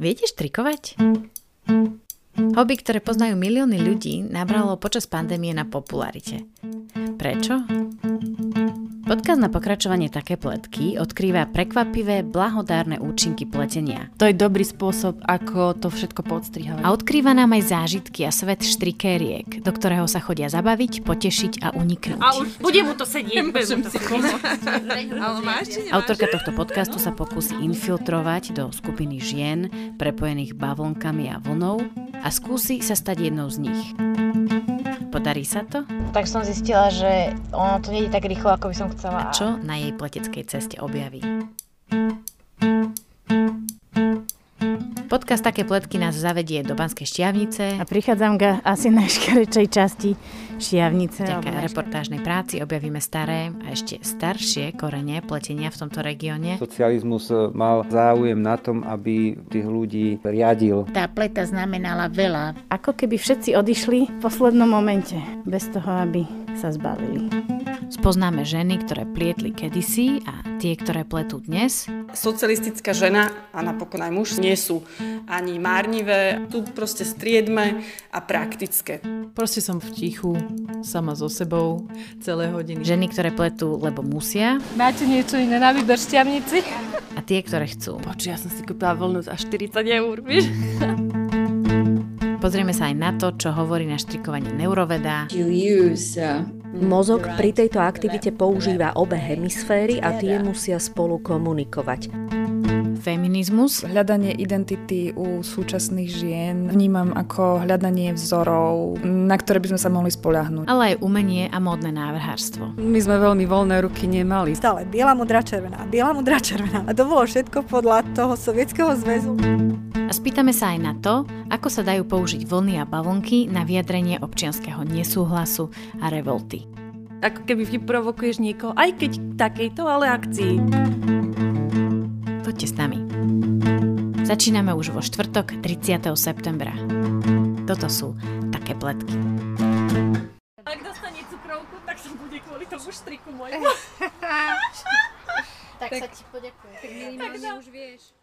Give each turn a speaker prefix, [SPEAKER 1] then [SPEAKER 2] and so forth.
[SPEAKER 1] Viete štrikovať? Hobby, ktoré poznajú milióny ľudí, nabralo počas pandémie na popularite. Prečo?
[SPEAKER 2] Podkaz na pokračovanie také pletky odkrýva prekvapivé, blahodárne účinky pletenia.
[SPEAKER 3] To je dobrý spôsob, ako to všetko podstrihovať.
[SPEAKER 1] A odkrýva nám aj zážitky a svet štrikériek, do ktorého sa chodia zabaviť, potešiť a uniknúť.
[SPEAKER 2] Bude mu to sedieť.
[SPEAKER 3] Môžem si Ale máš či
[SPEAKER 2] Autorka tohto podcastu sa pokusí infiltrovať do skupiny žien, prepojených bavlnkami a vlnou a skúsi sa stať jednou z nich. Podarí sa to?
[SPEAKER 4] tak som zistila, že ono to nejde tak rýchlo, ako by som chcela.
[SPEAKER 1] A čo na jej pleteckej ceste objaví? Podcast Také pletky nás zavedie do Banskej šťavnice
[SPEAKER 5] A prichádzam k asi najškarečej časti šiavnice.
[SPEAKER 1] Vďaka reportážnej práci objavíme staré a ešte staršie korene pletenia v tomto regióne.
[SPEAKER 6] Socializmus e, mal záujem na tom, aby tých ľudí riadil.
[SPEAKER 7] Tá pleta znamenala veľa.
[SPEAKER 5] Ako keby všetci odišli v poslednom momente, bez toho, aby sa zbavili.
[SPEAKER 1] Spoznáme ženy, ktoré plietli kedysi a tie, ktoré pletú dnes.
[SPEAKER 8] socialistická žena a napokon aj muž nie sú ani márnivé. Tu proste striedme a praktické.
[SPEAKER 3] Proste som v tichu, sama so sebou, celé hodiny.
[SPEAKER 1] Ženy, ktoré pletú, lebo musia
[SPEAKER 9] Máte niečo iné na výber šťavnici?
[SPEAKER 1] a tie, ktoré chcú.
[SPEAKER 3] Počuj, ja som si kúpila voľnú za 40 eur.
[SPEAKER 1] Pozrieme sa aj na to, čo hovorí na štrikovanie neuroveda,
[SPEAKER 10] Mozog pri tejto aktivite používa obe hemisféry a tie musia spolu komunikovať.
[SPEAKER 1] feminizmus,
[SPEAKER 9] Hľadanie identity u súčasných žien vnímam ako hľadanie vzorov, na ktoré by sme sa mohli spoľahnúť.
[SPEAKER 1] ale aj umenie a módne návrhárstvo.
[SPEAKER 3] My sme veľmi voľné ruky nemali.
[SPEAKER 9] Stále biela, modrá, červená, biela, modrá, červená. A to bolo všetko podľa toho sovietského zväzu.
[SPEAKER 1] A spýtame sa aj na to, ako sa dajú použiť vlny a bavlnky na vyjadrenie občianskeho nesúhlasu a revolty.
[SPEAKER 3] Ako keby vyprovokuješ niekoho, aj keď k takejto, ale akcii.
[SPEAKER 1] Poďte s nami. Začíname už vo štvrtok 30. septembra. Toto sú také pletky.
[SPEAKER 7] Tak, sa ti poďakujem. Tak minimálne už vieš.